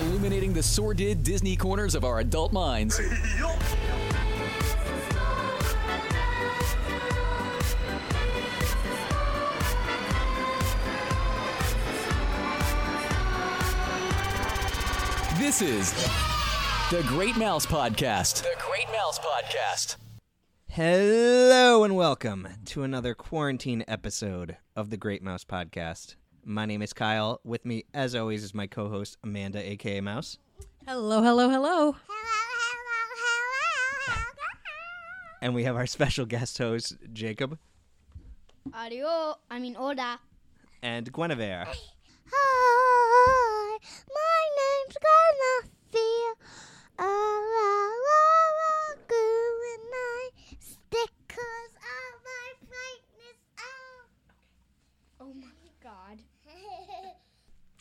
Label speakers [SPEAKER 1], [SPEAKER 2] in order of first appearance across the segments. [SPEAKER 1] illuminating the sordid Disney corners of our adult minds. This is the Great Mouse Podcast. The Great Mouse Podcast.
[SPEAKER 2] Hello and welcome to another quarantine episode of the Great Mouse Podcast. My name is Kyle. With me, as always, is my co host, Amanda, aka Mouse.
[SPEAKER 3] Hello, hello, hello.
[SPEAKER 2] And we have our special guest host, Jacob,
[SPEAKER 4] Audio, I mean, hola.
[SPEAKER 2] and Guinevere.
[SPEAKER 4] Hi, my name's Garnafia. Uh, la, la, la, oh, goo and I stick 'cause of my brightness. Oh, oh my god.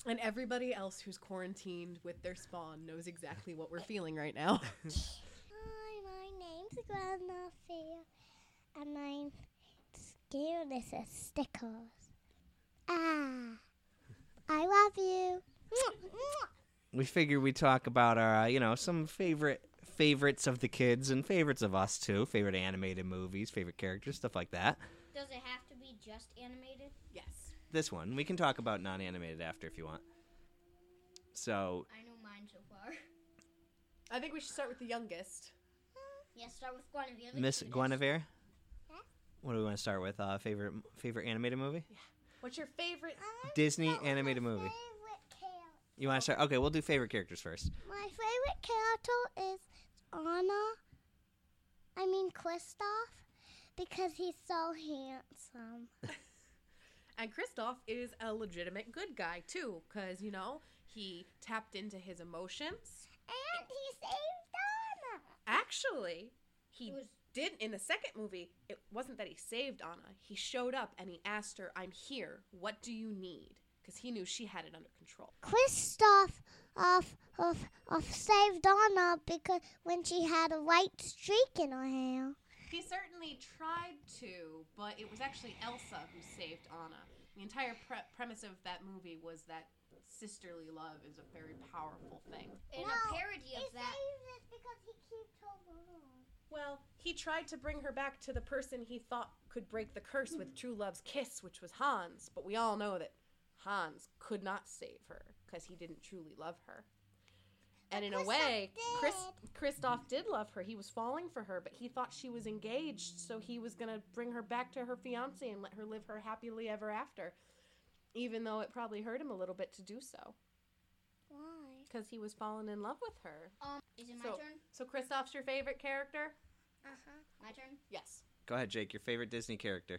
[SPEAKER 3] And everybody else who's quarantined with their spawn knows exactly what we're feeling right now.
[SPEAKER 4] Hi, my name's Garnafia. And I'm scared as a stickers. Ah, I love you.
[SPEAKER 2] We figure we talk about our, uh, you know, some favorite favorites of the kids and favorites of us too, favorite animated movies, favorite characters, stuff like that.
[SPEAKER 4] Does it have to be just animated?
[SPEAKER 3] yes.
[SPEAKER 2] This one, we can talk about non animated after if you want. So,
[SPEAKER 4] I know mine so far.
[SPEAKER 3] I think we should start with the youngest.
[SPEAKER 4] Yeah, start with Guinevere.
[SPEAKER 2] Miss Guinevere,
[SPEAKER 4] Huh?
[SPEAKER 2] what do we want to start with? Uh, favorite favorite animated movie?
[SPEAKER 3] What's your favorite?
[SPEAKER 2] Disney animated movie. You want to start? Okay, we'll do favorite characters first.
[SPEAKER 4] My favorite character is Anna. I mean, Kristoff, because he's so handsome.
[SPEAKER 3] And Kristoff is a legitimate good guy, too, because, you know, he tapped into his emotions.
[SPEAKER 4] And he saved Anna.
[SPEAKER 3] Actually, he
[SPEAKER 4] was-
[SPEAKER 3] did in the second movie. It wasn't that he saved Anna, he showed up and he asked her, I'm here. What do you need? Because he knew she had it under control.
[SPEAKER 4] Kristoff off, off, off saved Anna because when she had a white streak in her hair.
[SPEAKER 3] He certainly tried to, but it was actually Elsa who saved Anna. The entire pre- premise of that movie was that sisterly love is a very powerful thing.
[SPEAKER 5] in a parody of that.
[SPEAKER 4] this because he keeps her warm.
[SPEAKER 3] Well, he tried to bring her back to the person he thought could break the curse with true love's kiss, which was Hans, but we all know that Hans could not save her because he didn't truly love her. And in a way, Chris Kristoff did love her. He was falling for her, but he thought she was engaged, so he was going to bring her back to her fiance and let her live her happily ever after, even though it probably hurt him a little bit to do so
[SPEAKER 4] Why?
[SPEAKER 3] because he was falling in love with her.
[SPEAKER 5] Um, is it my
[SPEAKER 3] so,
[SPEAKER 5] turn?
[SPEAKER 3] so Kristoff's your favorite character?
[SPEAKER 4] Uh-huh.
[SPEAKER 5] My turn.
[SPEAKER 3] Yes.
[SPEAKER 2] Go ahead, Jake. Your favorite Disney character.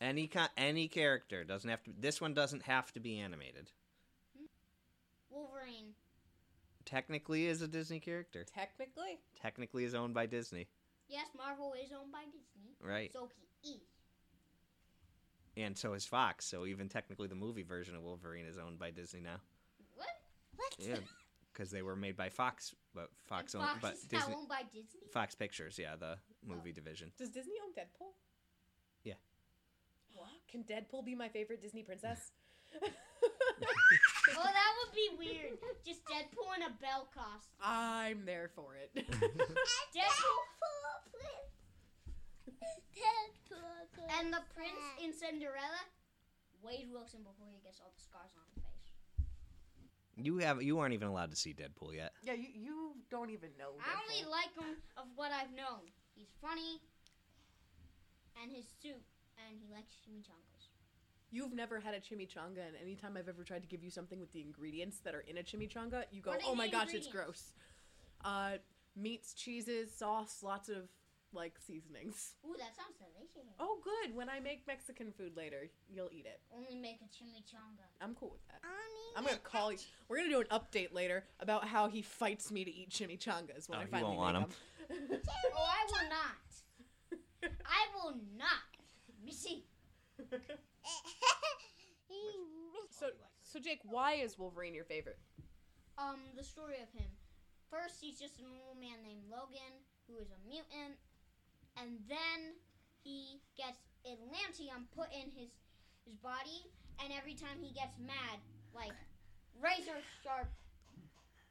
[SPEAKER 2] Any co- any character doesn't have to. This one doesn't have to be animated.
[SPEAKER 5] Wolverine.
[SPEAKER 2] Technically, is a Disney character.
[SPEAKER 3] Technically.
[SPEAKER 2] Technically, is owned by Disney.
[SPEAKER 5] Yes, Marvel is owned by Disney.
[SPEAKER 2] Right.
[SPEAKER 5] So he is.
[SPEAKER 2] And so is Fox. So even technically, the movie version of Wolverine is owned by Disney now.
[SPEAKER 5] What? What?
[SPEAKER 2] Yeah, because they were made by Fox, but Fox
[SPEAKER 5] and
[SPEAKER 2] owned,
[SPEAKER 5] Fox
[SPEAKER 2] but
[SPEAKER 5] is
[SPEAKER 2] Uh,
[SPEAKER 5] Oh.
[SPEAKER 2] Disney,
[SPEAKER 5] not owned by Disney.
[SPEAKER 2] Fox Pictures. Yeah, the movie division.
[SPEAKER 3] Does Disney own Deadpool?
[SPEAKER 2] Yeah.
[SPEAKER 3] What? Can Deadpool be my favorite Disney princess?
[SPEAKER 5] oh, that would be weird. Just Deadpool in a bell costume.
[SPEAKER 3] I'm there for it.
[SPEAKER 5] Deadpool
[SPEAKER 4] Deadpool.
[SPEAKER 5] and the prince in Cinderella. Wade Wilson before he gets all the scars on his face.
[SPEAKER 2] You have you aren't even allowed to see Deadpool yet.
[SPEAKER 3] yeah, you, you don't even know.
[SPEAKER 5] I only
[SPEAKER 3] Deadpool.
[SPEAKER 5] like him of what I've known. He's funny, and his suit, and he likes chimichangas.
[SPEAKER 3] You've never had a chimichanga, and anytime I've ever tried to give you something with the ingredients that are in a chimichanga, you go,
[SPEAKER 5] What are
[SPEAKER 3] "Oh my
[SPEAKER 5] the
[SPEAKER 3] gosh, it's gross."
[SPEAKER 5] ingredients?"
[SPEAKER 3] Uh, meats, cheeses, sauce, lots of like seasonings.
[SPEAKER 5] Ooh, that sounds delicious.
[SPEAKER 3] Oh, good. When I make Mexican food later, you'll eat it.
[SPEAKER 5] Only make a chimichanga.
[SPEAKER 3] I'm cool with that.
[SPEAKER 4] Annie.
[SPEAKER 3] I'm gonna call you. We're gonna do an update later about how he fights me to eat chimichangas when
[SPEAKER 2] Oh,
[SPEAKER 3] I
[SPEAKER 2] you
[SPEAKER 3] finally
[SPEAKER 2] won't want
[SPEAKER 3] make 'em.
[SPEAKER 5] Oh, I will not. I will not. Missy.
[SPEAKER 3] so, so Jake, why is Wolverine your favorite?
[SPEAKER 5] Um, the story of him. First, he's just a normal man named Logan, who is a mutant, and then he gets Atlanteum put in his his body, and every time he gets mad, like razor sharp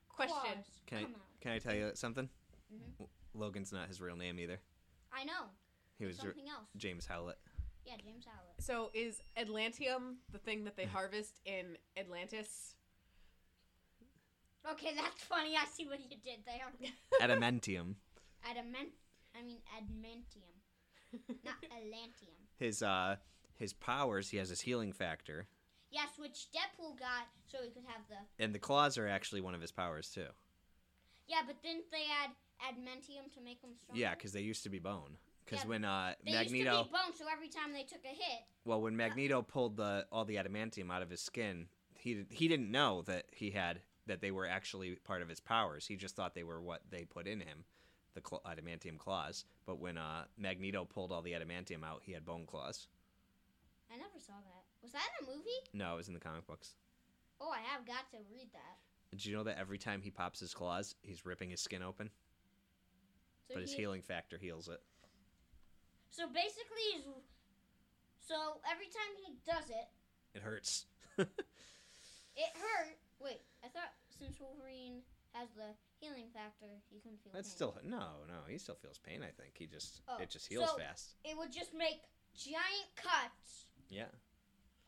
[SPEAKER 3] question.
[SPEAKER 5] claws
[SPEAKER 2] Can I,
[SPEAKER 5] come out.
[SPEAKER 2] can I tell you something?
[SPEAKER 5] Mhm.
[SPEAKER 2] W- Logan's not his real name either.
[SPEAKER 5] I know.
[SPEAKER 2] He was r-
[SPEAKER 5] something else.
[SPEAKER 2] James Howlett.
[SPEAKER 5] Yeah, James Howlett.
[SPEAKER 3] So is Atlantium the thing that they harvest in Atlantis?
[SPEAKER 5] Okay, that's funny. I see what you did there.
[SPEAKER 2] Adamantium.
[SPEAKER 5] Adamant. I mean adamantium, not atlantium.
[SPEAKER 2] His uh his powers, he has his healing factor,
[SPEAKER 5] Yes, which Deadpool got so he could have the.
[SPEAKER 2] and the claws are actually one of his powers too.
[SPEAKER 5] Yeah, but didn't they add adamantium to make him stronger?
[SPEAKER 2] Yeah, because they used to be bone. Because
[SPEAKER 5] Yeah,
[SPEAKER 2] when uh,
[SPEAKER 5] they
[SPEAKER 2] Magneto,
[SPEAKER 5] used to be bone, so every time they took a hit,
[SPEAKER 2] well, when Magneto pulled the all the adamantium out of his skin, he did, he didn't know that he had that they were actually part of his powers. He just thought they were what they put in him, the cl- adamantium claws. But when uh, Magneto pulled all the adamantium out, he had bone claws.
[SPEAKER 5] I never saw that. Was that in a movie?
[SPEAKER 2] No, it was in the comic books.
[SPEAKER 5] Oh, I have got to read that.
[SPEAKER 2] Did you know that every time he pops his claws, he's ripping his skin open,
[SPEAKER 5] So
[SPEAKER 2] but his
[SPEAKER 5] he-
[SPEAKER 2] healing factor heals it.
[SPEAKER 5] So basically, he's. So every time he does it,
[SPEAKER 2] It hurts.
[SPEAKER 5] it hurt. Wait, I thought since Wolverine has the healing factor, he couldn't feel
[SPEAKER 2] That's
[SPEAKER 5] pain.
[SPEAKER 2] still no, no. He still feels pain. I think he just
[SPEAKER 5] Oh,
[SPEAKER 2] it just heals
[SPEAKER 5] so-
[SPEAKER 2] fast.
[SPEAKER 5] It would just make giant cuts,
[SPEAKER 2] Yeah.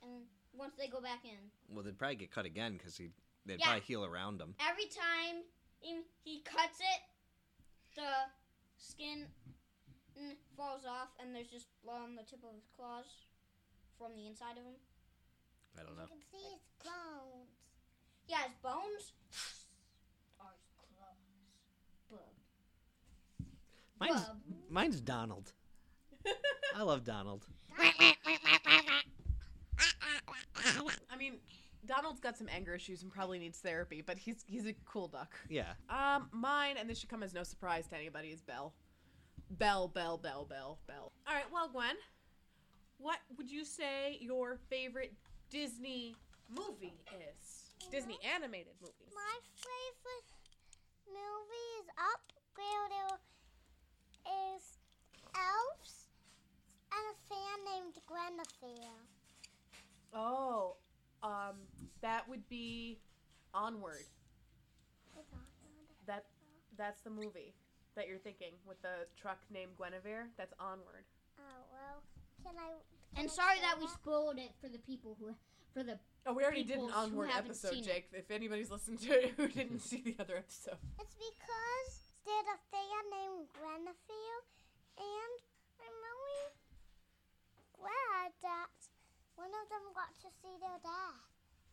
[SPEAKER 5] and once they go back in,
[SPEAKER 2] Well, they'd probably get cut again because he they'd
[SPEAKER 5] Yeah.
[SPEAKER 2] probably heal around him.
[SPEAKER 5] every time he, he cuts it, the skin mm, falls off, and there's just blood on the tip of his claws from the inside of him.
[SPEAKER 2] I don't
[SPEAKER 4] You
[SPEAKER 2] know.
[SPEAKER 4] can see his bones.
[SPEAKER 5] Yeah, his bones are his claws. Bub.
[SPEAKER 2] Mine's
[SPEAKER 5] Bub.
[SPEAKER 2] mine's Donald. I love Donald.
[SPEAKER 3] I mean, Donald's got some anger issues and probably needs therapy, but he's he's a cool duck.
[SPEAKER 2] Yeah.
[SPEAKER 3] Um, mine, and this should come as no surprise to anybody, is Belle. Belle, Belle, Belle, Belle, Belle. All right, well, Gwen, what would you say your favorite Disney movie is? Disney animated movie.
[SPEAKER 4] My favorite movie is Up, where there is elves and a fan named Guinevere.
[SPEAKER 3] Oh, um, that would be Onward. That that's the movie that you're thinking with the truck named Guinevere. That's Onward.
[SPEAKER 4] Oh well, can I? can
[SPEAKER 5] And
[SPEAKER 4] I
[SPEAKER 5] sorry
[SPEAKER 4] say
[SPEAKER 5] that we spoiled it for the people who, for the
[SPEAKER 3] Oh, we already did
[SPEAKER 5] Peoples
[SPEAKER 3] an
[SPEAKER 5] who
[SPEAKER 3] Onward
[SPEAKER 5] haven't
[SPEAKER 3] episode,
[SPEAKER 5] seen it.
[SPEAKER 3] Jake. If anybody's listened to it who didn't see the other episode.
[SPEAKER 4] It's because there's a fan named Guinevere, and I'm really glad that one of them got to see their dad,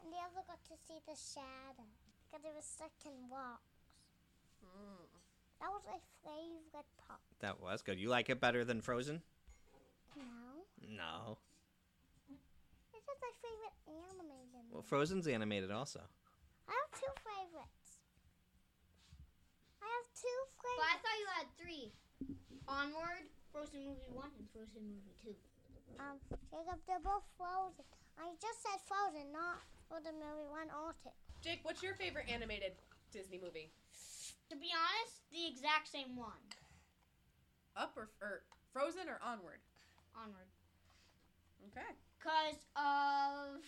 [SPEAKER 4] and the other got to see the shadow because it was stuck in rocks.
[SPEAKER 5] Hmm.
[SPEAKER 4] That was my favorite part.
[SPEAKER 2] That was good. You like it better than Frozen?
[SPEAKER 4] No,
[SPEAKER 2] No.
[SPEAKER 4] this is my favorite animated.
[SPEAKER 2] Well, Frozen's animated also.
[SPEAKER 4] I have two favorites. I have two
[SPEAKER 5] But I
[SPEAKER 4] favorites.
[SPEAKER 5] thought you had three. Onward, Frozen Movie 1, and Frozen Movie 2.
[SPEAKER 4] Um, Jacob, they're both frozen. I just said frozen, not frozen movie one or two.
[SPEAKER 3] Jake, what's your favorite animated Disney movie?
[SPEAKER 5] To be honest, the exact same one.
[SPEAKER 3] Up or, or Frozen or Onward?
[SPEAKER 5] Onward.
[SPEAKER 3] Okay.
[SPEAKER 5] Because of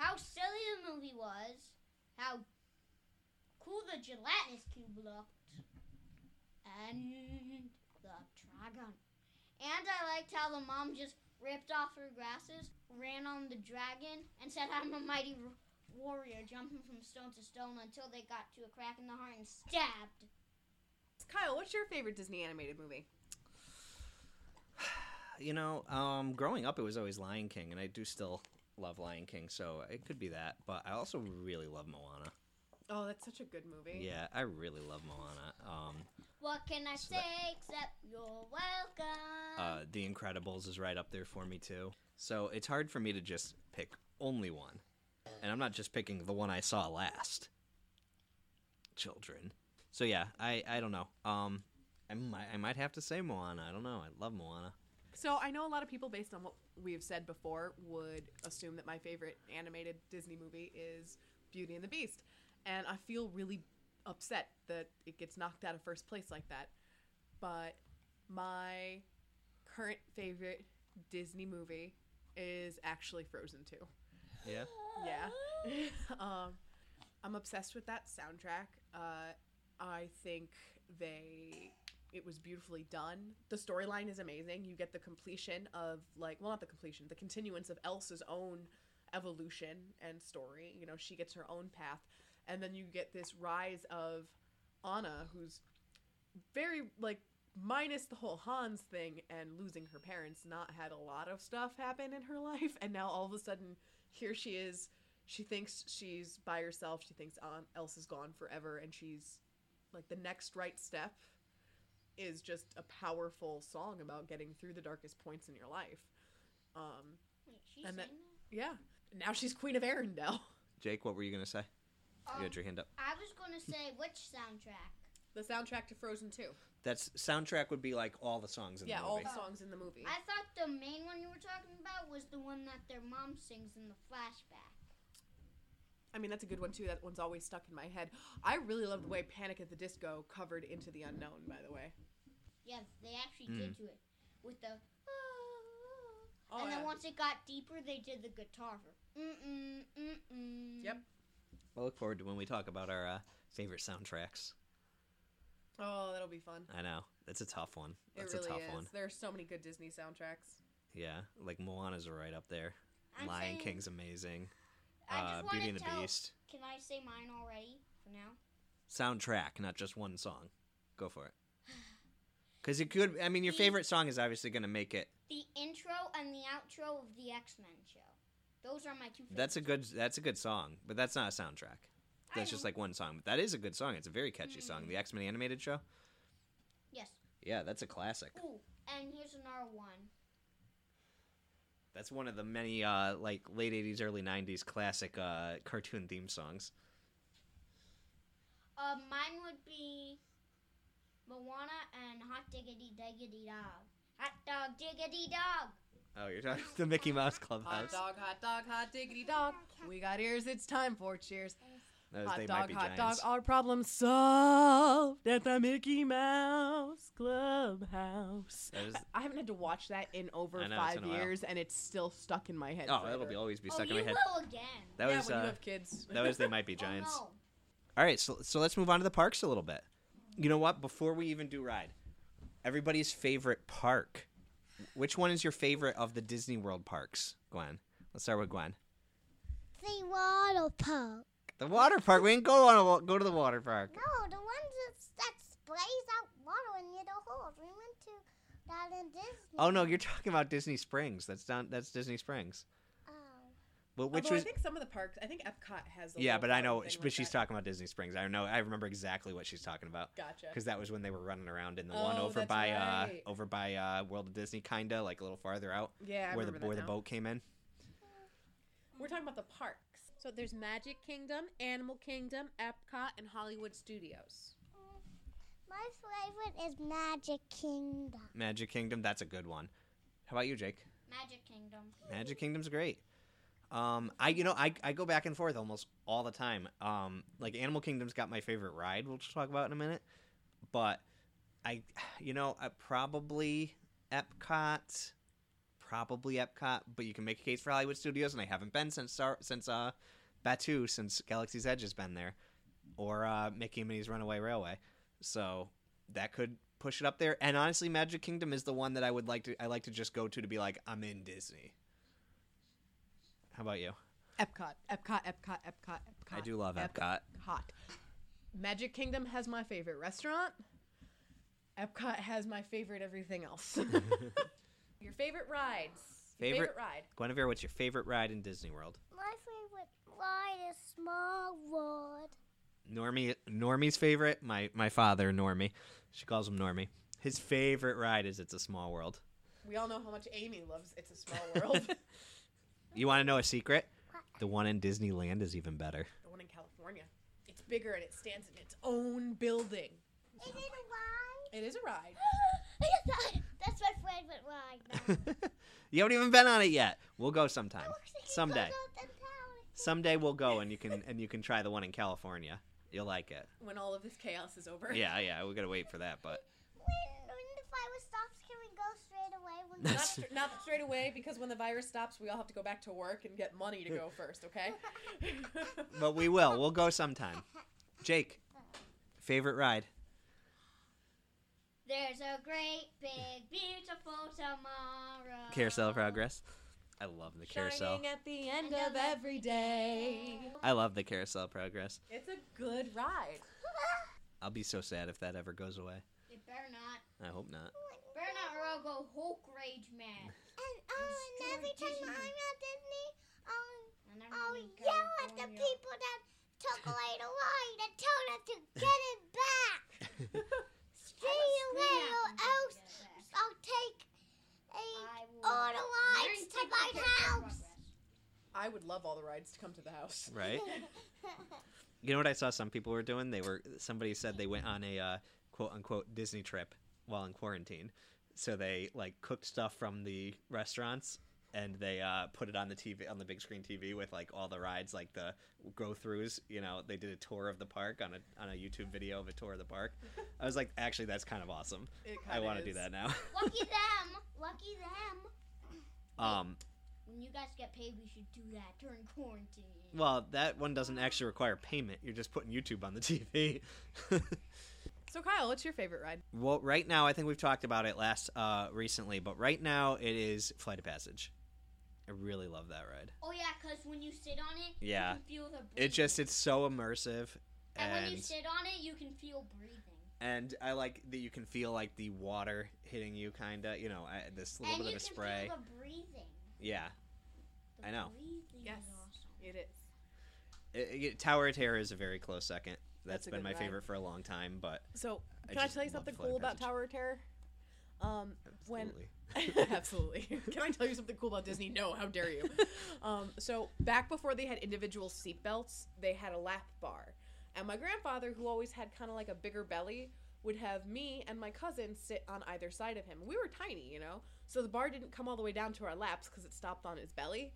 [SPEAKER 5] how silly the movie was, how cool the gelatinous cube looked, and the dragon. And I liked how the mom just ripped off her glasses, ran on the dragon, and said, I'm a mighty r- warrior, jumping from stone to stone until they got to a crack in the heart and stabbed.
[SPEAKER 3] Kyle, what's your favorite Disney animated movie?
[SPEAKER 2] You know, um, growing up, it was always Lion King, and I do still love Lion King, so it could be that. But I also really love Moana.
[SPEAKER 3] Oh, that's such a good movie.
[SPEAKER 2] Yeah, I really love Moana. Um,
[SPEAKER 5] What can I
[SPEAKER 2] So
[SPEAKER 5] say except you're welcome?
[SPEAKER 2] uh, The Incredibles is right up there for me too. So it's hard for me to just pick only one, and I'm not just picking the one I saw last. Children. So yeah, I I don't know. Um, I might I might have to say Moana. I don't know. I love Moana.
[SPEAKER 3] So I know a lot of people, based on what we have said before, would assume that my favorite animated Disney movie is Beauty and the Beast, and I feel really upset that it gets knocked out of first place like that. But my current favorite Disney movie is actually Frozen 2.
[SPEAKER 2] Yeah.
[SPEAKER 3] Yeah. um, I'm obsessed with that soundtrack. Uh, I think they it was beautifully done. The storyline is amazing. You get the completion of like well not the completion, the continuance of Elsa's own evolution and story. You know, she gets her own path and then you get this rise of Anna who's very like minus the whole Hans thing and losing her parents, not had a lot of stuff happen in her life, and now all of a sudden here she is. She thinks she's by herself. She thinks Aunt Elsa's gone forever, and she's like the next right step is just a powerful song about getting through the darkest points in your life. Um,
[SPEAKER 5] Wait, she
[SPEAKER 3] And that-
[SPEAKER 5] sang that?
[SPEAKER 3] yeah, now she's Queen of Arendelle.
[SPEAKER 2] Jake, what were you gonna say?
[SPEAKER 5] Um,
[SPEAKER 2] You had your hand up.
[SPEAKER 5] I was gonna say which soundtrack.
[SPEAKER 3] The soundtrack to Frozen 2.
[SPEAKER 2] That's soundtrack would be like all the songs in
[SPEAKER 3] Yeah,
[SPEAKER 2] the
[SPEAKER 3] all
[SPEAKER 2] movie.
[SPEAKER 3] the songs in the movie.
[SPEAKER 5] I thought the main one you were talking about was the one that their mom sings in the flashback.
[SPEAKER 3] I mean, that's a good one too. That one's always stuck in my head. I really love the way Panic at the Disco covered Into the Unknown, by the way.
[SPEAKER 5] Yeah, they actually
[SPEAKER 2] Mm.
[SPEAKER 5] did do it with the.
[SPEAKER 3] Oh,
[SPEAKER 5] and then
[SPEAKER 3] yeah.
[SPEAKER 5] once it got deeper, they did the guitar. For, mm-mm, mm-mm.
[SPEAKER 3] Yep.
[SPEAKER 2] I look forward to when we talk about our uh, favorite soundtracks.
[SPEAKER 3] Oh, that'll be fun.
[SPEAKER 2] I know that's a tough one. That's
[SPEAKER 3] it really
[SPEAKER 2] a tough
[SPEAKER 3] is.
[SPEAKER 2] one.
[SPEAKER 3] There are so many good Disney soundtracks.
[SPEAKER 2] Yeah, like Moana's right up there.
[SPEAKER 5] I'm
[SPEAKER 2] Lion
[SPEAKER 5] saying-
[SPEAKER 2] King's amazing. uh,
[SPEAKER 5] I just wanna
[SPEAKER 2] Beauty and the
[SPEAKER 5] tell-
[SPEAKER 2] Beast
[SPEAKER 5] Can I say mine already for now?
[SPEAKER 2] soundtrack, not just one song. Go for it. Because it could. I mean, your
[SPEAKER 5] The-
[SPEAKER 2] favorite song is obviously gonna make it.
[SPEAKER 5] The intro and the outro of the X Men show. Those are my two. Favorites.
[SPEAKER 2] That's a good. That's a good song, but that's not a soundtrack.
[SPEAKER 5] I
[SPEAKER 2] That's just
[SPEAKER 5] know.
[SPEAKER 2] like one song, but that is a good song. It's a very catchy song. The X Men animated show.
[SPEAKER 5] yes.
[SPEAKER 2] Yeah, that's a classic.
[SPEAKER 5] Ooh, and here's another one.
[SPEAKER 2] That's one of the many uh, like late '80s, early '90s classic uh, cartoon theme songs.
[SPEAKER 5] Uh, mine would be Moana and Hot Diggity Diggity Dog. Hot dog diggity dog.
[SPEAKER 2] Oh, you're talking the Mickey Mouse
[SPEAKER 3] Hot
[SPEAKER 2] Clubhouse.
[SPEAKER 3] dog, hot dog, hot diggity dog. We got ears. It's time for cheers.
[SPEAKER 2] Those,
[SPEAKER 3] Hot
[SPEAKER 2] they might
[SPEAKER 3] dog,
[SPEAKER 2] be
[SPEAKER 3] hot dog.
[SPEAKER 2] giants.
[SPEAKER 3] Our problem solved at the Mickey Mouse Clubhouse.
[SPEAKER 2] That is-
[SPEAKER 3] I haven't had to watch that in over
[SPEAKER 2] I know, it's
[SPEAKER 3] five
[SPEAKER 2] been a while.
[SPEAKER 3] years, and it's still stuck in my head.
[SPEAKER 2] Oh,
[SPEAKER 3] forever.
[SPEAKER 2] it'll be always be
[SPEAKER 5] oh,
[SPEAKER 2] stuck
[SPEAKER 5] you
[SPEAKER 2] in my head.
[SPEAKER 5] will again.
[SPEAKER 2] That
[SPEAKER 3] yeah,
[SPEAKER 2] was
[SPEAKER 3] when you
[SPEAKER 2] uh,
[SPEAKER 3] have kids.
[SPEAKER 2] that was they might be
[SPEAKER 5] Oh,
[SPEAKER 2] giants.
[SPEAKER 5] no.
[SPEAKER 2] All right, so so let's move on to the parks a little bit. You know what? Before we even do ride, everybody's favorite park. Which one is your favorite of the Disney World parks, Gwen? Let's start with Gwen.
[SPEAKER 4] The water park.
[SPEAKER 2] The water park. We didn't go on a, wa- go to the water park.
[SPEAKER 4] No, the ones that, that sprays out water in the hole. We went to that in Disney.
[SPEAKER 2] Oh no, you're talking about Disney Springs. That's down. That's Disney Springs.
[SPEAKER 4] Oh.
[SPEAKER 2] But which
[SPEAKER 3] Although
[SPEAKER 2] was
[SPEAKER 3] I think some of the parks, I think Epcot has. A
[SPEAKER 2] yeah,
[SPEAKER 3] little
[SPEAKER 2] but I
[SPEAKER 3] water
[SPEAKER 2] know.
[SPEAKER 3] thing
[SPEAKER 2] But
[SPEAKER 3] like
[SPEAKER 2] she's
[SPEAKER 3] that.
[SPEAKER 2] talking about Disney Springs. I know. I remember exactly what she's talking about.
[SPEAKER 3] Gotcha.
[SPEAKER 2] because that was when they were running around in the
[SPEAKER 3] Oh,
[SPEAKER 2] one over
[SPEAKER 3] that's
[SPEAKER 2] by
[SPEAKER 3] right.
[SPEAKER 2] uh over by uh World of Disney, kinda like a little farther out.
[SPEAKER 3] Yeah, I
[SPEAKER 2] where the
[SPEAKER 3] remember that
[SPEAKER 2] where the
[SPEAKER 3] now.
[SPEAKER 2] boat came in.
[SPEAKER 3] We're talking about the parks. So there's Magic Kingdom, Animal Kingdom, Epcot, and Hollywood Studios.
[SPEAKER 4] My favorite is Magic Kingdom.
[SPEAKER 2] Magic Kingdom, that's a good one. How about you, Jake?
[SPEAKER 5] Magic Kingdom.
[SPEAKER 2] Magic Kingdom's great. Um, I you know I, I go back and forth almost all the time. Um, like Animal Kingdom's got my favorite ride, which we'll talk about in a minute. But I, you know, I probably Epcot, probably Epcot. But you can make a case for Hollywood Studios, and I haven't been since Star, since uh Batu, since Galaxy's Edge has been there, or uh, Mickey and Minnie's Runaway Railway. So that could push it up there. And honestly, Magic Kingdom is the one that I would like to I like to just go to to be like I'm in Disney. How about you?
[SPEAKER 3] Epcot, Epcot, Epcot, Epcot, Epcot.
[SPEAKER 2] I do love Epcot.
[SPEAKER 3] Hot. Magic Kingdom has my favorite restaurant. Epcot has my favorite everything else. Your favorite rides. Your
[SPEAKER 2] Favorite-
[SPEAKER 3] favorite ride.
[SPEAKER 2] Guinevere, what's your favorite ride in Disney World?
[SPEAKER 4] My favorite ride is Small World.
[SPEAKER 2] Normie Normie's favorite, my my father, Normie. She calls him Normie. His favorite ride is It's a Small World.
[SPEAKER 3] We all know how much Amy loves It's a Small World. the
[SPEAKER 2] You want to know a secret? The one in Disneyland is even better.
[SPEAKER 3] one in California. It's bigger and it stands in its own building.
[SPEAKER 4] Is it a ride?
[SPEAKER 3] It is a ride.
[SPEAKER 4] That's my favorite ride.
[SPEAKER 2] you haven't even been on it yet. We'll go sometime. Someday. Someday we'll go and you can and you can try the one in California. You'll like it.
[SPEAKER 3] When all of this chaos is over.
[SPEAKER 2] Yeah, yeah, we gotta wait for that, but
[SPEAKER 4] When, when the virus stops, can we go straight away? We're
[SPEAKER 3] Not, str- not straight away because when the virus stops, we all have to go back to work and get money to go first. Okay.
[SPEAKER 2] But we will. We'll go sometime. Jake, favorite ride?
[SPEAKER 5] There's a great, big, beautiful tomorrow.
[SPEAKER 2] Carousel of Progress. I love the carousel.
[SPEAKER 3] Shining at the end of every day.
[SPEAKER 2] I love the Carousel of Progress.
[SPEAKER 3] It's a good ride.
[SPEAKER 2] I'll be so sad if that ever goes away.
[SPEAKER 5] It better not.
[SPEAKER 2] I hope not.
[SPEAKER 5] Better not, or I'll go Hulk rage mad.
[SPEAKER 4] And oh, and
[SPEAKER 5] Discover
[SPEAKER 4] every time
[SPEAKER 5] Disney.
[SPEAKER 4] I'm at Disney, um,
[SPEAKER 5] And I'm
[SPEAKER 4] I'll
[SPEAKER 5] gonna
[SPEAKER 4] yell at the
[SPEAKER 5] California.
[SPEAKER 4] people that took away the line and tell them to get it back. Stay
[SPEAKER 5] I'll
[SPEAKER 4] away,
[SPEAKER 5] scream
[SPEAKER 4] or
[SPEAKER 5] at them to
[SPEAKER 4] else
[SPEAKER 5] get back.
[SPEAKER 4] I'll take a
[SPEAKER 5] I will
[SPEAKER 4] all the lines
[SPEAKER 5] learn
[SPEAKER 4] to
[SPEAKER 5] take
[SPEAKER 4] my
[SPEAKER 5] care of
[SPEAKER 4] house.
[SPEAKER 5] progress.
[SPEAKER 3] I would love all the rides to come to the house.
[SPEAKER 2] Right? You know what I saw some people were doing? They were somebody said they went on a uh, quote unquote Disney trip while in quarantine. So they like cooked stuff from the restaurants and they uh, put it on the TV on the big screen TV with like all the rides, like the go throughs. You know, they did a tour of the park on a on a YouTube video of a tour of the park. I was like, actually, that's kind of awesome.
[SPEAKER 3] It
[SPEAKER 2] I
[SPEAKER 3] kinda
[SPEAKER 2] want to do
[SPEAKER 3] is.
[SPEAKER 2] that now.
[SPEAKER 5] Lucky them. Lucky them.
[SPEAKER 2] um,
[SPEAKER 5] When you guys get paid, we should do that during quarantine.
[SPEAKER 2] well, that one doesn't actually require payment. You're just putting YouTube on the TV.
[SPEAKER 3] So Kyle, what's your favorite ride?
[SPEAKER 2] Well, right now I think we've talked about it last uh, recently, but right now it is Flight of Passage. I really love that ride.
[SPEAKER 5] Oh yeah, cause when you sit on it,
[SPEAKER 2] Yeah.
[SPEAKER 5] you can feel the breathing.
[SPEAKER 2] It just it's so immersive,
[SPEAKER 5] and, when you
[SPEAKER 2] and
[SPEAKER 5] sit on it, you can feel breathing.
[SPEAKER 2] and I like that you can feel like the water hitting you, kinda. You know, I, this little
[SPEAKER 5] and
[SPEAKER 2] bit
[SPEAKER 5] you
[SPEAKER 2] of a
[SPEAKER 5] can
[SPEAKER 2] spray.
[SPEAKER 5] feel the breathing.
[SPEAKER 2] Yeah,
[SPEAKER 5] The
[SPEAKER 2] I know.
[SPEAKER 5] Breathing
[SPEAKER 3] Yes.
[SPEAKER 5] is awesome.
[SPEAKER 3] It is.
[SPEAKER 2] It- it- Tower of Terror is a very close second. That's
[SPEAKER 3] That's a
[SPEAKER 2] been
[SPEAKER 3] good
[SPEAKER 2] my
[SPEAKER 3] ride.
[SPEAKER 2] favorite for a long time, but
[SPEAKER 3] So
[SPEAKER 2] I
[SPEAKER 3] can I,
[SPEAKER 2] just
[SPEAKER 3] tell you
[SPEAKER 2] love
[SPEAKER 3] something
[SPEAKER 2] Flight of
[SPEAKER 3] cool about
[SPEAKER 2] Passage.
[SPEAKER 3] Tower of Terror? Um, when
[SPEAKER 2] absolutely.
[SPEAKER 3] absolutely. Can I tell you something cool about Disney? No, how dare you? Um, so back before they had individual seat belts, they had a lap bar, and my grandfather, who always had kind of like a bigger belly, would have me and my cousin sit on either side of him. We were tiny, you know, so the bar didn't come all the way down to our laps because it stopped on his belly.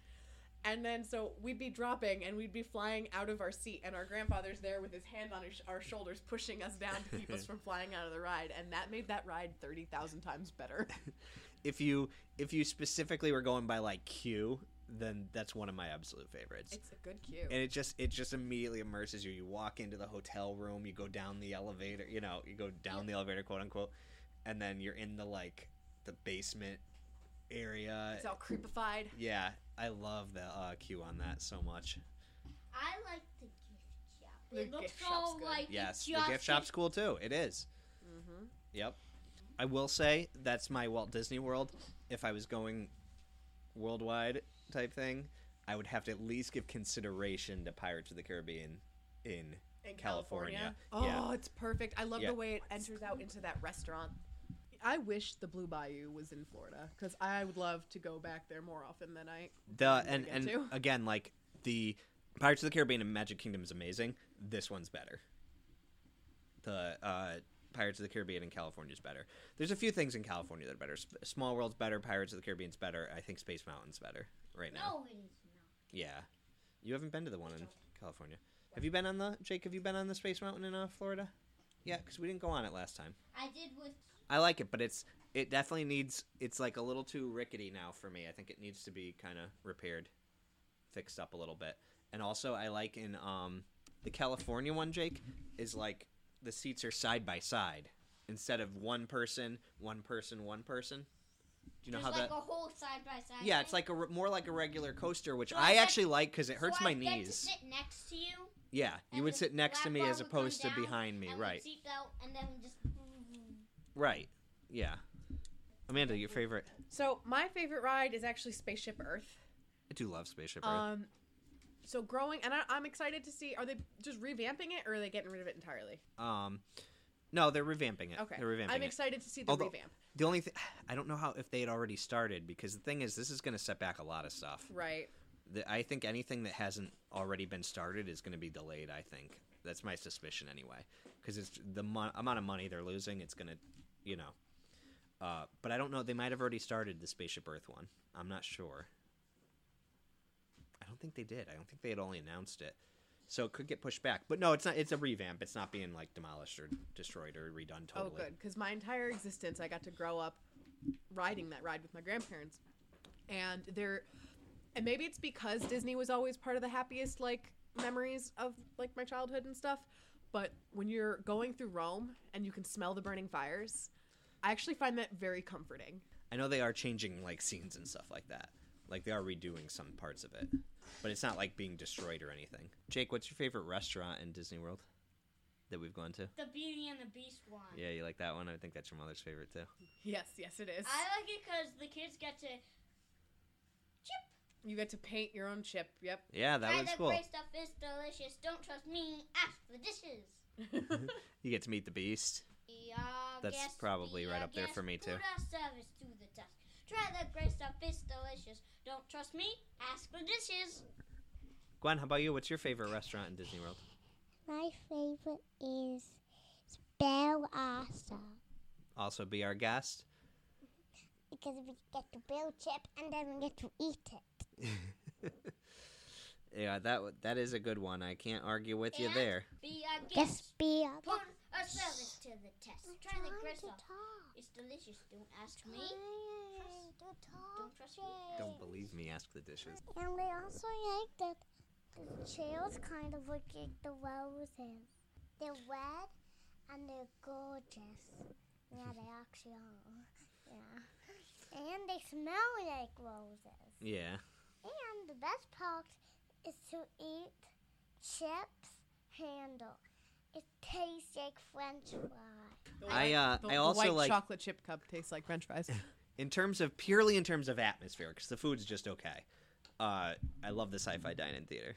[SPEAKER 3] And then so we'd be dropping and we'd be flying out of our seat, and our grandfather's there with his hand on his, our shoulders, pushing us down to keep us from flying out of the ride. And that made that ride 30,000 times better.
[SPEAKER 2] if you if you specifically were going by like Q, then that's one of my absolute favorites.
[SPEAKER 3] It's a good cue.
[SPEAKER 2] and it just it just immediately immerses you. You walk into the hotel room, you go down the elevator, you know, you go down the elevator, quote unquote, and then you're in the like the basement area.
[SPEAKER 3] It's all creepified.
[SPEAKER 2] yeah, I love the uh, queue on that so much.
[SPEAKER 5] I like the gift shop.
[SPEAKER 3] The
[SPEAKER 5] it looks
[SPEAKER 3] gift shop's
[SPEAKER 5] so
[SPEAKER 3] good.
[SPEAKER 5] like
[SPEAKER 2] Yes,
[SPEAKER 5] it just
[SPEAKER 2] the gift shop's cool too. It is.
[SPEAKER 3] Mm-hmm.
[SPEAKER 2] Yep. I will say that's my Walt Disney World. If I was going worldwide type thing, I would have to at least give consideration to Pirates of the Caribbean in
[SPEAKER 3] In
[SPEAKER 2] California.
[SPEAKER 3] Oh,
[SPEAKER 2] Yeah.
[SPEAKER 3] it's perfect. I love
[SPEAKER 2] Yeah.
[SPEAKER 3] the way it enters out into that restaurant. I wish the Blue Bayou was in Florida because I would love to go back there more often than I.
[SPEAKER 2] the
[SPEAKER 3] gonna
[SPEAKER 2] and
[SPEAKER 3] get
[SPEAKER 2] and
[SPEAKER 3] to.
[SPEAKER 2] again like the Pirates of the Caribbean and Magic Kingdom is amazing. This one's better. The uh, Pirates of the Caribbean in California is better. There's a few things in California that are better. Sp- Small World's better. Pirates of the Caribbean's better. I think Space Mountain's better right now.
[SPEAKER 5] No, it is not.
[SPEAKER 2] Yeah, you haven't been to the one in California. Have you been on the Jake? Have you been on the Space Mountain in uh, Florida? Yeah, because we didn't go on it last time.
[SPEAKER 5] I did with
[SPEAKER 2] I like it, but it's it definitely needs it's like a little too rickety now for me. I think it needs to be kind of repaired, fixed up a little bit. And also, I like in um the California one, Jake, is like the seats are side by side instead of one person, one person, one person. Do you know
[SPEAKER 5] there's
[SPEAKER 2] how
[SPEAKER 5] like
[SPEAKER 2] that?
[SPEAKER 5] a whole side by side.
[SPEAKER 2] yeah, it's like a re- more like a regular coaster, which
[SPEAKER 5] So I
[SPEAKER 2] I,
[SPEAKER 5] get-
[SPEAKER 2] actually like because it hurts my
[SPEAKER 5] Get to
[SPEAKER 2] knees.
[SPEAKER 5] sit next to you.
[SPEAKER 2] yeah, you
[SPEAKER 5] and
[SPEAKER 2] would
[SPEAKER 5] the
[SPEAKER 2] sit next to
[SPEAKER 5] black
[SPEAKER 2] me
[SPEAKER 5] bar
[SPEAKER 2] as
[SPEAKER 5] would come
[SPEAKER 2] opposed to
[SPEAKER 5] down,
[SPEAKER 2] behind me,
[SPEAKER 5] and we'd
[SPEAKER 2] right?
[SPEAKER 5] Seatbelt, and then we just.
[SPEAKER 2] Right. Yeah. Amanda, your favorite?
[SPEAKER 3] So my favorite ride is actually Spaceship Earth.
[SPEAKER 2] I do love Spaceship Earth.
[SPEAKER 3] Um, so growing, and I, I'm excited to see. Are they just revamping it, or are they getting rid of it entirely?
[SPEAKER 2] Um, no, they're revamping it.
[SPEAKER 3] Okay,
[SPEAKER 2] they're revamping
[SPEAKER 3] I'm
[SPEAKER 2] it.
[SPEAKER 3] excited to see the
[SPEAKER 2] Although-
[SPEAKER 3] revamp.
[SPEAKER 2] The only thing I don't know how if they had already started because the thing is this is going to set back a lot of stuff.
[SPEAKER 3] Right.
[SPEAKER 2] The, I think anything that hasn't already been started is going to be delayed. I think that's my suspicion anyway because it's the mo- amount of money they're losing. It's going to, you know. Uh, but I don't know. They might have already started the Spaceship Earth one. I'm not sure. I don't think they did. I don't think they had only announced it. So it could get pushed back. But no, it's not it's a revamp. It's not being like demolished or destroyed or redone totally.
[SPEAKER 3] Oh, good. Because my entire existence, I got to grow up riding that ride with my grandparents. And they're, and maybe it's because Disney was always part of the happiest, like, memories of, like, my childhood and stuff. But when you're going through Rome and you can smell the burning fires, I actually find that very comforting.
[SPEAKER 2] I know they are changing like scenes and stuff like that. Like they are redoing some parts of it. But it's not like being destroyed or anything. Jake, what's your favorite restaurant in Disney World that we've gone to?
[SPEAKER 5] The Beauty and the Beast one.
[SPEAKER 2] Yeah, you like that one? I think that's your mother's favorite too.
[SPEAKER 3] Yes, yes, it is.
[SPEAKER 5] I like it because the kids get to chip.
[SPEAKER 3] You get to paint your own chip. Yep.
[SPEAKER 2] Yeah, that
[SPEAKER 5] Try
[SPEAKER 2] was
[SPEAKER 5] the
[SPEAKER 2] cool.
[SPEAKER 5] great stuff is delicious. Don't trust me. Ask the dishes.
[SPEAKER 2] You get to meet the beast.
[SPEAKER 5] Yeah,
[SPEAKER 2] That's
[SPEAKER 5] guess
[SPEAKER 2] probably
[SPEAKER 5] we,
[SPEAKER 2] right
[SPEAKER 5] uh,
[SPEAKER 2] up there
[SPEAKER 5] guess
[SPEAKER 2] for me, too.
[SPEAKER 5] Put our service to the test. Try the great stuff is delicious. Don't trust me. Ask the dishes.
[SPEAKER 2] Gwen, how about you? What's your favorite restaurant in Disney World?
[SPEAKER 4] My favorite is Bell Asa.
[SPEAKER 2] Also be our guest.
[SPEAKER 4] Because we get to build chip and then we get to eat it.
[SPEAKER 2] Yeah, that w- that is a good one. I can't argue with you
[SPEAKER 5] And
[SPEAKER 2] there.
[SPEAKER 5] Be our guest.
[SPEAKER 4] Just be a
[SPEAKER 5] Put our service to the test. Try the great stuff.
[SPEAKER 4] talk.
[SPEAKER 5] It's delicious. Don't ask me.
[SPEAKER 4] Trying to
[SPEAKER 5] Don't
[SPEAKER 4] talk.
[SPEAKER 5] trust me.
[SPEAKER 2] Don't believe me, ask the dishes.
[SPEAKER 4] And they also like that the chairs kind of look like the roses. They're red and they're gorgeous. Yeah, they actually are. Yeah. And they smell like roses.
[SPEAKER 2] Yeah.
[SPEAKER 4] And the best part is to eat chips handle. It tastes like French fries.
[SPEAKER 2] I uh
[SPEAKER 3] The,
[SPEAKER 2] I
[SPEAKER 3] the
[SPEAKER 2] also
[SPEAKER 3] white
[SPEAKER 2] like
[SPEAKER 3] chocolate chip cup tastes like French fries.
[SPEAKER 2] in terms of purely in terms of atmosphere because the food's just okay. Uh, I love the sci-fi dining theater.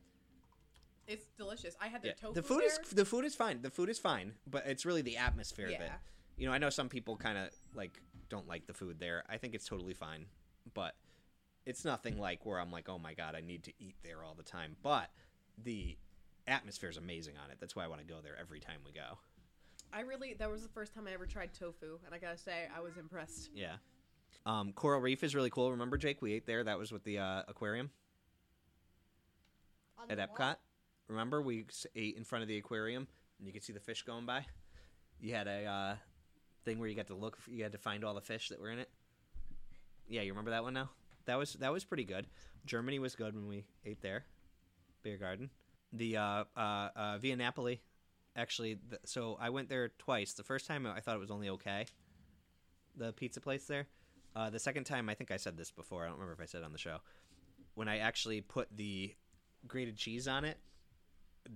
[SPEAKER 3] it's delicious. I had their tofu.
[SPEAKER 2] The food
[SPEAKER 3] there.
[SPEAKER 2] is the food is fine. The food is fine, but it's really the atmosphere of it.
[SPEAKER 3] Yeah.
[SPEAKER 2] You know, I know some people kind of like don't like the food there. I think it's totally fine, but it's nothing like where I'm like, oh my god, I need to eat there all the time. But the atmosphere is amazing on it. That's why I want to go there every time we go.
[SPEAKER 3] I really that was the first time I ever tried tofu, and I gotta say I was impressed.
[SPEAKER 2] Yeah. Um, Coral Reef is really cool. Remember, Jake, we ate there. That was with the uh, aquarium
[SPEAKER 5] On
[SPEAKER 2] at
[SPEAKER 5] the
[SPEAKER 2] Epcot.
[SPEAKER 5] wall.
[SPEAKER 2] Remember, we s- ate in front of the aquarium and you could see the fish going by. You had a uh, thing where you got to look. f- You had to find all the fish that were in it. Yeah, you remember that one now? That was that was pretty good. Germany was good when we ate there. Beer Garden. The uh, uh, uh, Via Napoli, actually. Th- so I went there twice. The first time I thought it was only okay. the pizza place there. Uh, the second time, I think I said this before. I don't remember if I said it on the show. When I actually put the grated cheese on it,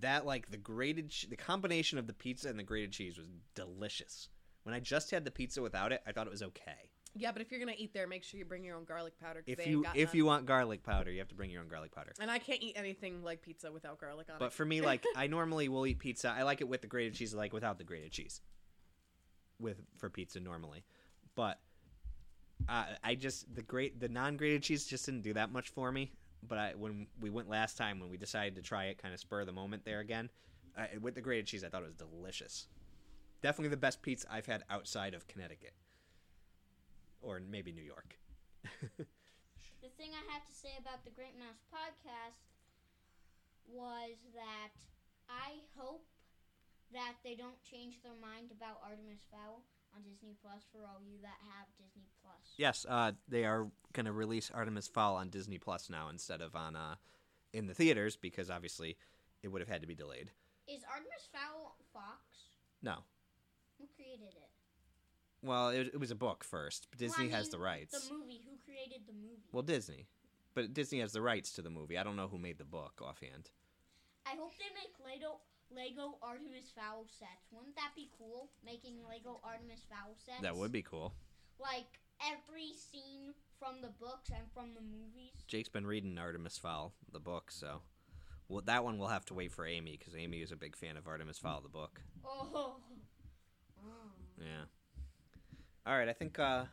[SPEAKER 2] that like the grated che- the combination of the pizza and the grated cheese was delicious. When I just had the pizza without it, I thought it was okay.
[SPEAKER 3] Yeah, but if you're gonna eat there, make sure you bring your own garlic powder. 'cause
[SPEAKER 2] If
[SPEAKER 3] they
[SPEAKER 2] you
[SPEAKER 3] ain't got
[SPEAKER 2] if
[SPEAKER 3] none.
[SPEAKER 2] you want garlic powder, you have to bring your own garlic powder.
[SPEAKER 3] and I can't eat anything like pizza without garlic on
[SPEAKER 2] But
[SPEAKER 3] it.
[SPEAKER 2] for me, like I normally will eat pizza. I like it with the grated cheese. I like without the grated cheese. With for pizza normally, but uh, I just the great the non grated cheese just didn't do that much for me. But I, when we went last time, when we decided to try it, kind of spur of the moment there again, uh, with the grated cheese, I thought it was delicious. Definitely the best pizza I've had outside of Connecticut, or maybe New York.
[SPEAKER 5] the thing I have to say about the Great Mouse podcast was that I hope that they don't change their mind about Artemis Fowl on Disney Plus for all you that have Disney Plus.
[SPEAKER 2] Yes, uh, they are going to release Artemis Fowl on Disney Plus now instead of on uh, in the theaters because obviously it would have had to be delayed.
[SPEAKER 5] Is Artemis Fowl Fox?
[SPEAKER 2] No,
[SPEAKER 5] Who created it?
[SPEAKER 2] well, it, it was a book first. But
[SPEAKER 5] Well, I
[SPEAKER 2] Disney has
[SPEAKER 5] mean,
[SPEAKER 2] the rights.
[SPEAKER 5] The movie. Who created the movie?
[SPEAKER 2] well, Disney, but Disney has the rights to the movie. I don't know who made the book offhand.
[SPEAKER 5] I hope they make Lego Lego Artemis Fowl sets. Wouldn't that be cool? Making Lego Artemis Fowl sets.
[SPEAKER 2] That would be cool.
[SPEAKER 5] like every scene from the books and from the movies.
[SPEAKER 2] Jake's been reading Artemis Fowl, the book, so well that one we'll have to wait for Amy because Amy is a big fan of Artemis Fowl, the book.
[SPEAKER 5] Oh. Oh.
[SPEAKER 2] Yeah. All right, I think uh,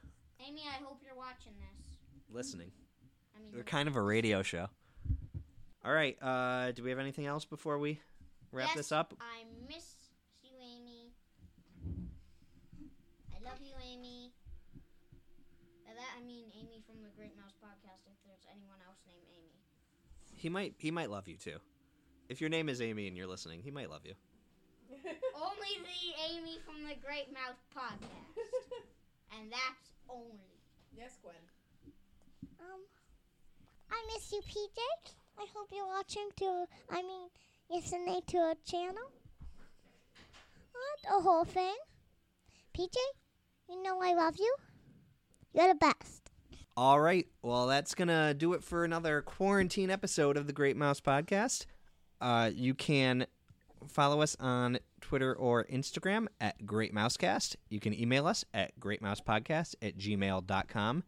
[SPEAKER 5] Amy, I hope you're watching this.
[SPEAKER 2] listening.
[SPEAKER 5] I mean,
[SPEAKER 2] We're
[SPEAKER 5] look-
[SPEAKER 2] kind of a radio show. All right. Uh, do we have anything else before we wrap
[SPEAKER 5] Yes,
[SPEAKER 2] this up?
[SPEAKER 5] I miss you, Amy. I love you, Amy. By that I mean Amy from the Great Mouse Podcast. If there's anyone else named Amy,
[SPEAKER 2] He might. He might love you too. If your name is Amy and you're listening, he might love you.
[SPEAKER 5] Only the Amy from the Great Mouth podcast. and that's only.
[SPEAKER 3] Yes, Gwen.
[SPEAKER 4] Um, I miss you, PJ. I hope you're watching to, I mean, listening to our channel. Not a whole thing. PJ, you know I love you. You're the best.
[SPEAKER 2] All right. Well, that's going to do it for another quarantine episode of the Great Mouse Podcast. Uh, you can follow us on Twitter or Instagram at Great Mousecast. You can email us at greatmousepodcast at gmail.com.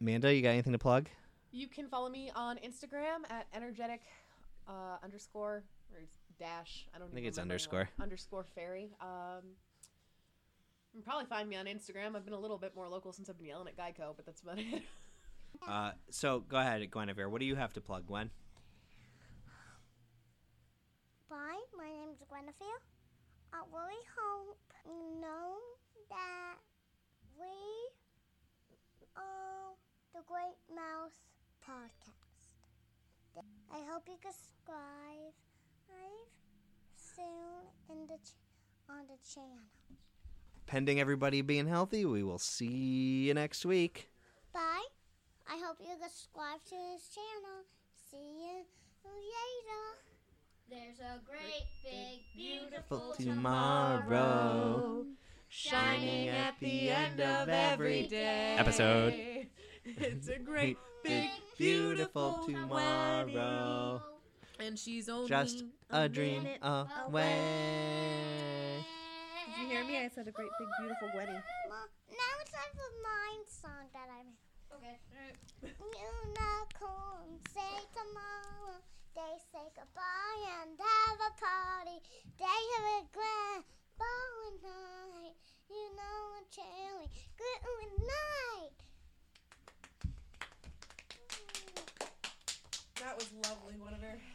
[SPEAKER 2] Amanda, you got anything to plug?
[SPEAKER 3] You can follow me on Instagram at energetic uh, underscore or it's dash. I don't.
[SPEAKER 2] think
[SPEAKER 3] even
[SPEAKER 2] it's
[SPEAKER 3] remember anymore.
[SPEAKER 2] underscore.
[SPEAKER 3] Underscore fairy. Um, you can probably find me on Instagram. I've been a little bit more local since I've been yelling at Geico, but that's about it.
[SPEAKER 2] Uh, so go ahead, Guinevere. What do you have to plug, Gwen?
[SPEAKER 4] Bye. My name's Guinevere. I really hope you know that we are the Great Mouse Podcast. I hope you subscribe live soon in the ch- on the channel.
[SPEAKER 2] Pending everybody being healthy, we will see you next week.
[SPEAKER 4] Bye. I hope you subscribe to this channel. See you later.
[SPEAKER 5] There's a great, big, beautiful
[SPEAKER 2] Beautiful tomorrow.
[SPEAKER 5] shining
[SPEAKER 2] at the end of every
[SPEAKER 3] day.
[SPEAKER 2] Episode.
[SPEAKER 3] It's a great big
[SPEAKER 2] beautiful
[SPEAKER 5] tomorrow.
[SPEAKER 3] and she's only
[SPEAKER 2] Just a dream
[SPEAKER 3] minute
[SPEAKER 2] away.
[SPEAKER 5] Did
[SPEAKER 6] you hear me? I said a great big beautiful wedding.
[SPEAKER 4] Mom, now it's time for my song that I'm
[SPEAKER 5] Okay.
[SPEAKER 4] Unicorns say tomorrow they say goodbye and have a party. They regret bowling night. You know I'm chilling. Good night.
[SPEAKER 3] That was lovely, Whatever.